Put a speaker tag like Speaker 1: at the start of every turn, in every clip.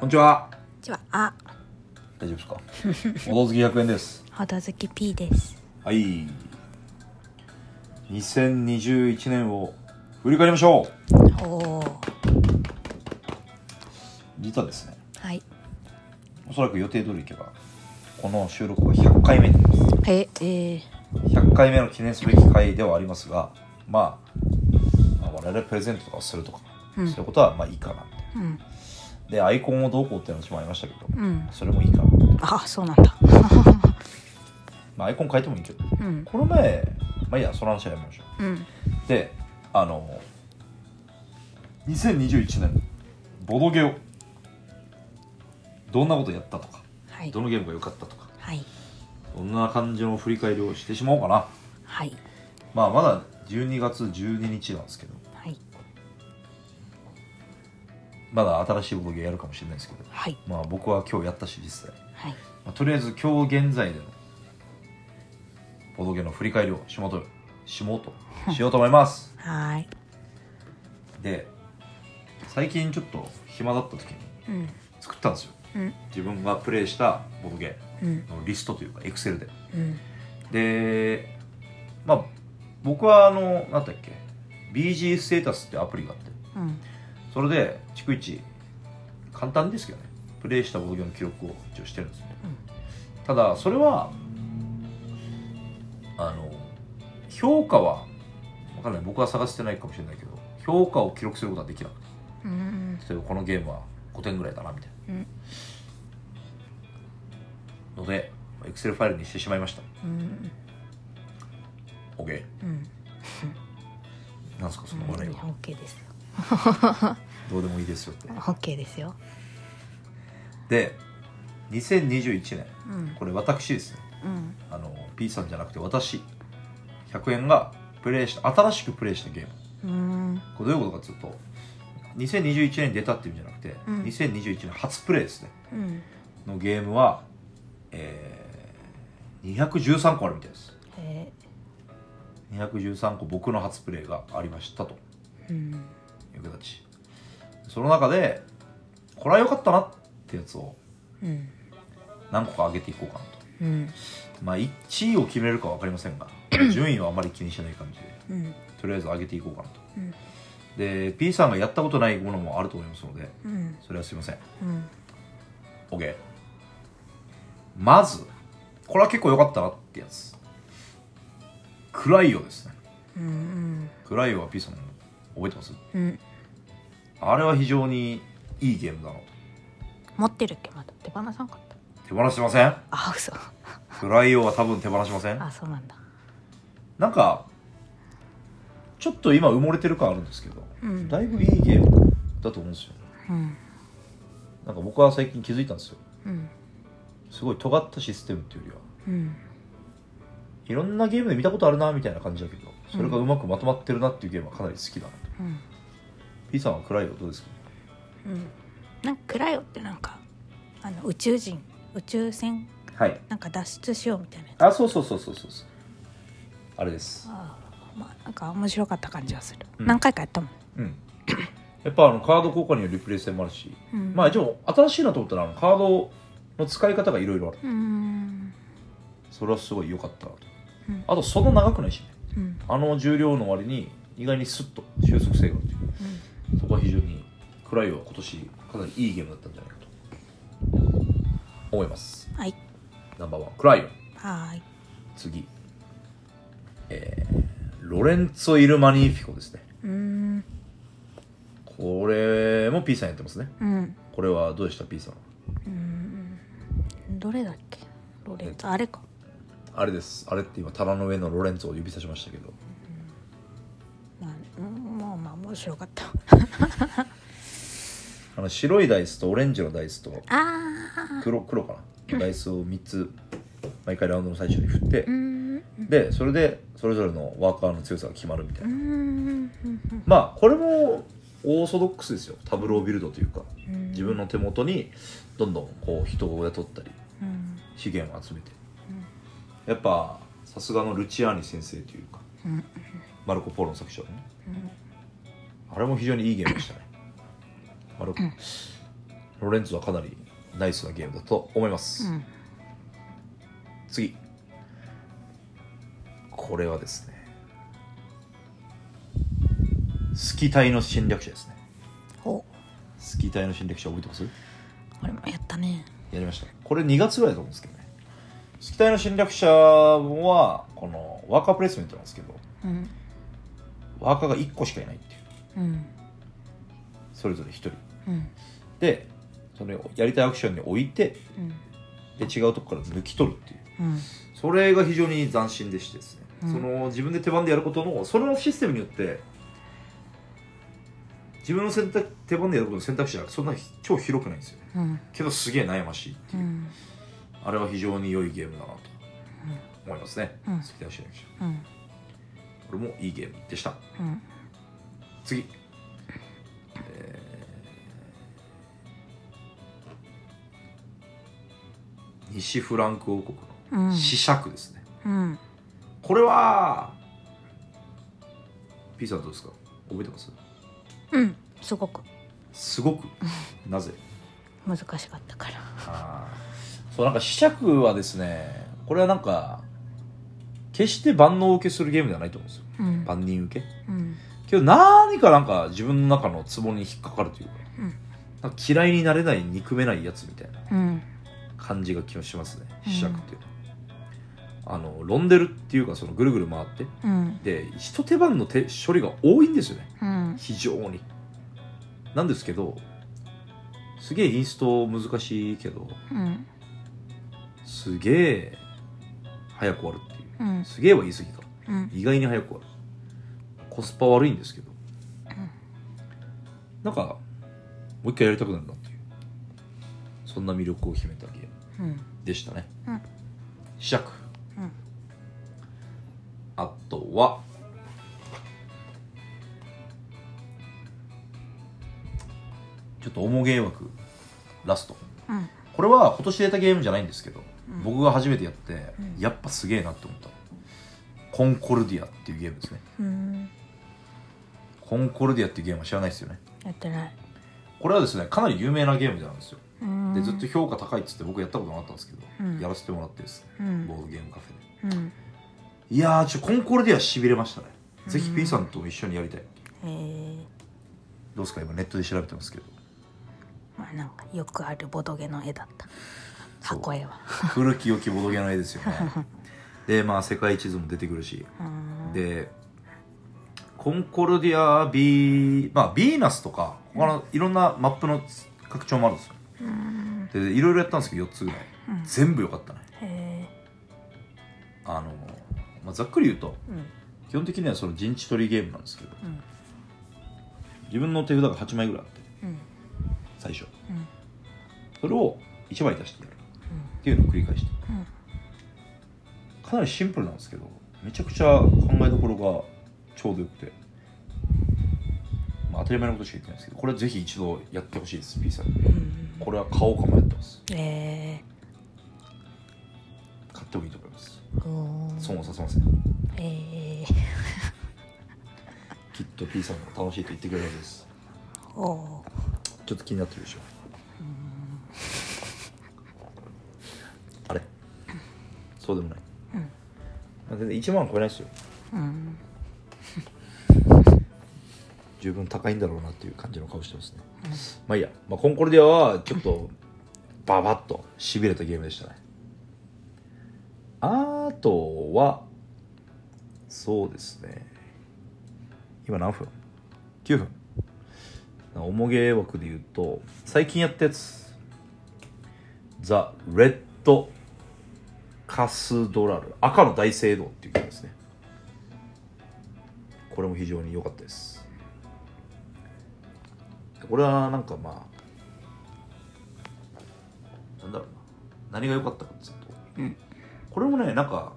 Speaker 1: こんにちは。
Speaker 2: じゃあ、あ、
Speaker 1: 大丈夫ですか。おど ずき100円です。
Speaker 2: ほどずき P です。
Speaker 1: はい。2021年を振り返りましょう。
Speaker 2: おお、
Speaker 1: 実はですね、
Speaker 2: はい。
Speaker 1: おそらく予定通りいけば、この収録は100回目になります。
Speaker 2: え、えー、
Speaker 1: 100回目の記念すべき回ではありますが、まあ、まあ我々プレゼントとかするとか、
Speaker 2: うん
Speaker 1: そういうことはまあいいかなって。
Speaker 2: うん、
Speaker 1: で、アイコンをどうこうっていう話もありましたけど、
Speaker 2: うん。
Speaker 1: それもいいかな。
Speaker 2: あ、そうなんだ。
Speaker 1: まあ、アイコン変えてもいいけど、
Speaker 2: うん、
Speaker 1: この前、まあいいや、その話はやめましょう。
Speaker 2: うん、
Speaker 1: であの2021年ボドゲをどんなことやったとか
Speaker 2: はい
Speaker 1: ど。のゲームが良かったとか
Speaker 2: はい。
Speaker 1: どんな感じの振り返りをしてしまおうかな、
Speaker 2: はい。
Speaker 1: まあ、まだ12月12日なんですけど
Speaker 2: はい。
Speaker 1: まだ新しいボドゲやるかもしれないですけど、
Speaker 2: はい。
Speaker 1: まあ、僕は今日やったし実際、
Speaker 2: はい。
Speaker 1: まあとりあえず今日現在でのボドゲの振り返りをしもうとしもうとしようと思います
Speaker 2: はーい。
Speaker 1: で最近ちょっと暇だった時に
Speaker 2: うん、
Speaker 1: 作ったんですよ
Speaker 2: うん、
Speaker 1: 自分がプレイしたボドゲ
Speaker 2: うん、
Speaker 1: のリストというかエクセルで
Speaker 2: うん。
Speaker 1: でまあ僕はあの何だっけ BG ステータスってアプリがあって
Speaker 2: うん、
Speaker 1: それで逐一簡単ですけどねプレイしたボドゲの記録を一応してるんですよ、ただそれはあの評価は分かんない僕は探してないかもしれないけど評価を記録することはできなくて
Speaker 2: うん、
Speaker 1: 例えばこのゲームは5点ぐらいだなみたいな、ので Excel ファイルにしてしまいました
Speaker 2: うん、うん、
Speaker 1: OK
Speaker 2: うん。
Speaker 1: なんすかその
Speaker 2: オ
Speaker 1: 笑いは
Speaker 2: ッケーですよ。
Speaker 1: どうでもいいですよって
Speaker 2: オッケーですよ。
Speaker 1: で2021年
Speaker 2: うん、
Speaker 1: これ私ですね
Speaker 2: うん、
Speaker 1: あの P さんじゃなくて私100円がプレイした新しくプレイしたゲーム
Speaker 2: うん、
Speaker 1: これどういうことかっていうと2021年に出たっていうんじゃなくて、
Speaker 2: うん
Speaker 1: 2021年初プレイですね
Speaker 2: うん。
Speaker 1: のゲームはえー、213個あるみたいです
Speaker 2: え
Speaker 1: 213個僕の初プレイがありましたと
Speaker 2: ー、うん、
Speaker 1: いう形その中でこれは良かったなってやつを
Speaker 2: うん、
Speaker 1: 何個か上げていこうかなと
Speaker 2: うん、
Speaker 1: まあ1位を決めれるか分かりません が順位はあまり気にしない感じで
Speaker 2: うん、
Speaker 1: とりあえず上げていこうかなと、
Speaker 2: うん
Speaker 1: で P さんがやったことないものもあると思いますので
Speaker 2: うん、
Speaker 1: それはすいません
Speaker 2: うん。
Speaker 1: OK まずこれは結構良かったなってやつクライオですね
Speaker 2: うん
Speaker 1: クライオは P さん覚えてます
Speaker 2: うんうん
Speaker 1: あれは非常にいいゲームだなと
Speaker 2: 持ってるっけまだ手放さんかった
Speaker 1: 手放してません
Speaker 2: あ嘘
Speaker 1: フライオは多分手放しません
Speaker 2: あそうなんだ
Speaker 1: なんかちょっと今埋もれてる感あるんですけど、
Speaker 2: うん
Speaker 1: だいぶいいゲームだと思うんですよ
Speaker 2: うん
Speaker 1: なんか僕は最近気づいたんですよ
Speaker 2: うん
Speaker 1: すごい尖ったシステムっていうよりは
Speaker 2: うん
Speaker 1: いろんなゲームで見たことあるなみたいな感じだけどそれがうまくまとまってるなっていうゲームはかなり好きだなと、
Speaker 2: うん
Speaker 1: P さんはクライオどうですか
Speaker 2: うんなんかクライオってなんかあの宇宙人宇宙船
Speaker 1: はい
Speaker 2: なんか脱出しようみたいなやつ
Speaker 1: あそうそうそうそうそうそうあれです
Speaker 2: あーまあなんか面白かった感じがする、
Speaker 1: うん
Speaker 2: 何回かやったもん
Speaker 1: うんやっぱあのカード交換にはリプレイ性もあるし、
Speaker 2: うん
Speaker 1: まあ一応新しいなと思ったらあのカードの使い方がいろいろある
Speaker 2: うーん
Speaker 1: それはすごい良かったなと、
Speaker 2: うん
Speaker 1: あとそんな長くないしね
Speaker 2: うん
Speaker 1: あの重量の割に意外にスッと収束性があるというそこは非常にクライオは今年かなりいいゲームだったんじゃないかと思います
Speaker 2: うんはい
Speaker 1: ナンバーワンクライオ
Speaker 2: はーい
Speaker 1: 次えー、ロレンツォ・イル・マニーフィコですね
Speaker 2: うーん
Speaker 1: これも P さんやってますね
Speaker 2: うん
Speaker 1: これはどうでした P さん
Speaker 2: どれだっけロレンツあれか
Speaker 1: あれですあれって今棚の上のロレンツォを指さしましたけど
Speaker 2: まあ、うん、まあまあ面白かった
Speaker 1: あの白いダイスとオレンジのダイスと
Speaker 2: あ
Speaker 1: 黒黒かなダイスを3つ毎回ラウンドの最初に振って
Speaker 2: ーうーん
Speaker 1: でそれでそれぞれのワーカーの強さが決まるみたいう
Speaker 2: ー
Speaker 1: なんまあこれもオーソドックスですよタブロービルドというか
Speaker 2: うん
Speaker 1: 自分の手元にどんどんこう人を雇ったり
Speaker 2: うん
Speaker 1: 資源を集めてやっぱさすがのルチアーニ先生というか
Speaker 2: うん
Speaker 1: マルコ・ポーロの作者のねあれも非常にいいゲームでしたねマルコロレンツはかなりナイスなゲームだと思います、
Speaker 2: うん
Speaker 1: 次これはですねスキ隊の侵略者ですね
Speaker 2: ほ
Speaker 1: スキ隊の侵略者覚えてます
Speaker 2: うこれもやったね
Speaker 1: やりましたこれ2月ぐらいだと思うんですけどねスキ隊の侵略者はこのワーカープレイスメントなんですけど
Speaker 2: うん
Speaker 1: ワーカーが1個しかいないっていう
Speaker 2: うん
Speaker 1: それぞれ1人
Speaker 2: うん
Speaker 1: でそれをやりたいアクションに置いて
Speaker 2: うん
Speaker 1: で違うとこから抜き取るっていう
Speaker 2: うん
Speaker 1: それが非常に斬新でしてですね、
Speaker 2: うん
Speaker 1: その自分で手番でやることのそのシステムによって自分の選択手番でやることの選択肢はそんなひ超広くないんですよね
Speaker 2: うん
Speaker 1: けどすげえ悩ましいって
Speaker 2: う
Speaker 1: いう、
Speaker 2: ん
Speaker 1: あれは非常に良いゲームだなと思いますね、
Speaker 2: うん
Speaker 1: 好きなシナリ
Speaker 2: うん
Speaker 1: オこれもいいゲームでした
Speaker 2: うん
Speaker 1: 次、えー西フランク王国
Speaker 2: う
Speaker 1: の
Speaker 2: ん
Speaker 1: 試釈ですね、
Speaker 2: うん
Speaker 1: これは P さんどうですか覚えてます
Speaker 2: うんすごく
Speaker 1: すご くなぜ
Speaker 2: 難しかったから
Speaker 1: あーそうなんか試着はですねこれはなんか決して万能受けするゲームではないと思うんですよ
Speaker 2: うん
Speaker 1: 万人受け
Speaker 2: うん
Speaker 1: けど何かなんか自分の中のツボに引っかかるというか,、
Speaker 2: うん
Speaker 1: なんか嫌いになれない憎めないやつみたいな
Speaker 2: うん
Speaker 1: 感じが気がしますね
Speaker 2: うん
Speaker 1: 試着っていうのは、あのロンデルっていうかそのぐるぐる回って
Speaker 2: うん
Speaker 1: で一手番の手処理が多いんですよね
Speaker 2: うん
Speaker 1: 非常になんですけどすげえインスト難しいけど
Speaker 2: うん
Speaker 1: すげえ早く終わるっていう
Speaker 2: うん
Speaker 1: すげえは言い過ぎか
Speaker 2: うん
Speaker 1: 意外に早く終わるコスパ悪いんですけどなんかもう一回やりたくなるなっていうそんな魅力を秘めたゲーム
Speaker 2: うん
Speaker 1: でしたね
Speaker 2: うん
Speaker 1: 試着
Speaker 2: うん
Speaker 1: あとはちょっと重げ枠ラスト
Speaker 2: うん
Speaker 1: これは今年出たゲームじゃないんですけど、
Speaker 2: うん
Speaker 1: 僕が初めてやって、
Speaker 2: うん
Speaker 1: やっぱすげえなって思ったコンコルディアっていうゲームですね
Speaker 2: うん
Speaker 1: コンコルディアっていうゲームは知らないですよね
Speaker 2: やってない
Speaker 1: これはですねかなり有名なゲームなんですよ
Speaker 2: うん
Speaker 1: でずっと評価高いっつって僕やったことなかったんですけど、
Speaker 2: うん
Speaker 1: やらせてもらってですね
Speaker 2: うん
Speaker 1: ボードゲームカフェで
Speaker 2: うん
Speaker 1: いやーちょコンコルディアしびれましたね、ぜひ
Speaker 2: うん
Speaker 1: P さんとも一緒にやりたい
Speaker 2: えー
Speaker 1: どうですか今ネットで調べてますけど
Speaker 2: まあなんかよくあるボドゲの絵だった
Speaker 1: そう
Speaker 2: 箱 絵は
Speaker 1: 古き良きボドゲの絵です よねでまあ世界地図も出てくるし
Speaker 2: うん
Speaker 1: でコンコルディアビーまあビーナスとか他のいろんなマップの拡張もあるんですよ
Speaker 2: うん
Speaker 1: でいろいろやったんですけど4つぐらい
Speaker 2: うん
Speaker 1: 全部良かったね
Speaker 2: へ
Speaker 1: あの、まあ、ざっくり言うと
Speaker 2: ーうん
Speaker 1: 基本的にはその陣地取りゲームなんですけど
Speaker 2: うん
Speaker 1: 自分の手札が8枚ぐらいあって
Speaker 2: うん
Speaker 1: 最初
Speaker 2: うん
Speaker 1: それを1枚出してやるっていうのを繰り返して
Speaker 2: うん
Speaker 1: かなりシンプルなんですけどめちゃくちゃ考えどころがちょうどよくて、まあ、当たり前のことしか言ってないんですけどこれはぜひ一度やってほしいです B さんに
Speaker 2: うん
Speaker 1: これは買おうか迷ってます
Speaker 2: え
Speaker 1: 買ってもいいと思います
Speaker 2: ーおー
Speaker 1: 損をさせません
Speaker 2: え
Speaker 1: きっと P さんが楽しいと言ってくれるはずです
Speaker 2: ーおー
Speaker 1: ちょっと気になってるでしょあれそうでもない、
Speaker 2: うん
Speaker 1: まあ、全然1万は超えないですよ
Speaker 2: うん
Speaker 1: 十分高いんだろうなっていう感じの顔してますね、まあいいや、まあ、コンコルディアはちょっとババッとしびれたゲームでしたねあとはそうですね今何分 ?9 分重げ枠で言うと最近やったやつザ・レッド・カスドラル赤の大聖堂っていうゲームですねこれも非常に良かったですこれはなんかまあなんだろうな何が良かったかっていうと、
Speaker 2: うん
Speaker 1: これもねなんか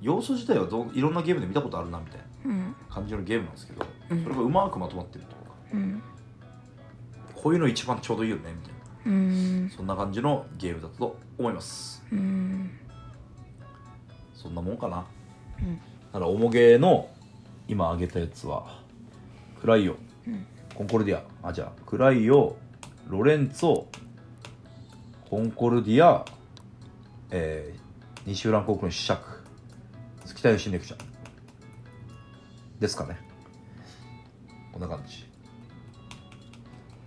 Speaker 1: 要素自体はどういろんなゲームで見たことあるなみたいな
Speaker 2: うん
Speaker 1: 感じのゲームなんですけど、
Speaker 2: うん
Speaker 1: それがうまくまとまってるというか
Speaker 2: うん
Speaker 1: こういうの一番ちょうどいいよねみたいな
Speaker 2: うん
Speaker 1: そんな感じのゲームだったと思います
Speaker 2: うん
Speaker 1: そんなもんかな
Speaker 2: う
Speaker 1: だ
Speaker 2: ん
Speaker 1: から重げの今挙げたやつはクライオ、
Speaker 2: うん
Speaker 1: コンコルディアあじゃあクライオロレンツォコンコルディア、えー、西浦航空の試着月田吉ネクちゃんですかねこんな感じ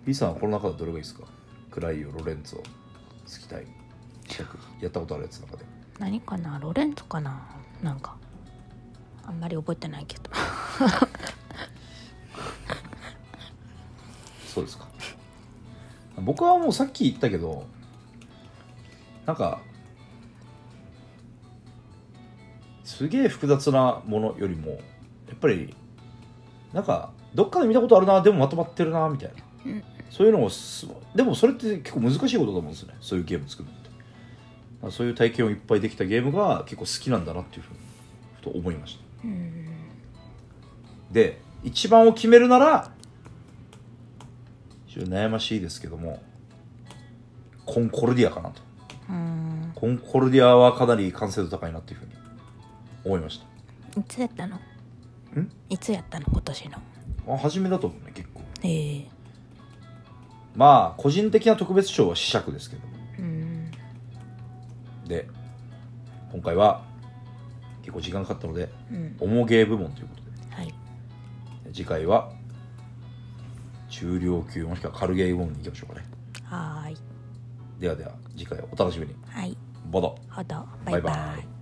Speaker 1: B さんはこの中でどれがいいですかクライオロレンツォ月田試着やったことあるやつの中で
Speaker 2: 何かなロレンツかななんかあんまり覚えてないけど
Speaker 1: そうですか僕はもうさっき言ったけどなんかすげえ複雑なものよりもやっぱりなんかどっかで見たことあるなでもまとまってるなみたいな、
Speaker 2: うん
Speaker 1: そういうのをすでもそれって結構難しいことだと思うんですねそういうゲーム作るのってまあそういう体験をいっぱいできたゲームが結構好きなんだなっていうふうにふと思いました
Speaker 2: うん
Speaker 1: で一番を決めるなら非常に悩ましいですけどもコンコルディアかなと
Speaker 2: うん
Speaker 1: コンコルディアはかなり完成度高いなっていうふうに思いまし
Speaker 2: いつやったの
Speaker 1: たん
Speaker 2: いつやったの今年の
Speaker 1: あ初めだと思うね結構
Speaker 2: ええ
Speaker 1: まあ個人的な特別賞は試着ですけど
Speaker 2: うん
Speaker 1: で今回は結構時間かかったので
Speaker 2: うん
Speaker 1: 重芸部門ということで
Speaker 2: はい
Speaker 1: 次回は中量級もしくは軽芸部門に行きましょうかね
Speaker 2: はーい
Speaker 1: ではでは次回お楽しみに
Speaker 2: はい
Speaker 1: ボド
Speaker 2: ほど
Speaker 1: バイバイ
Speaker 2: バイバイ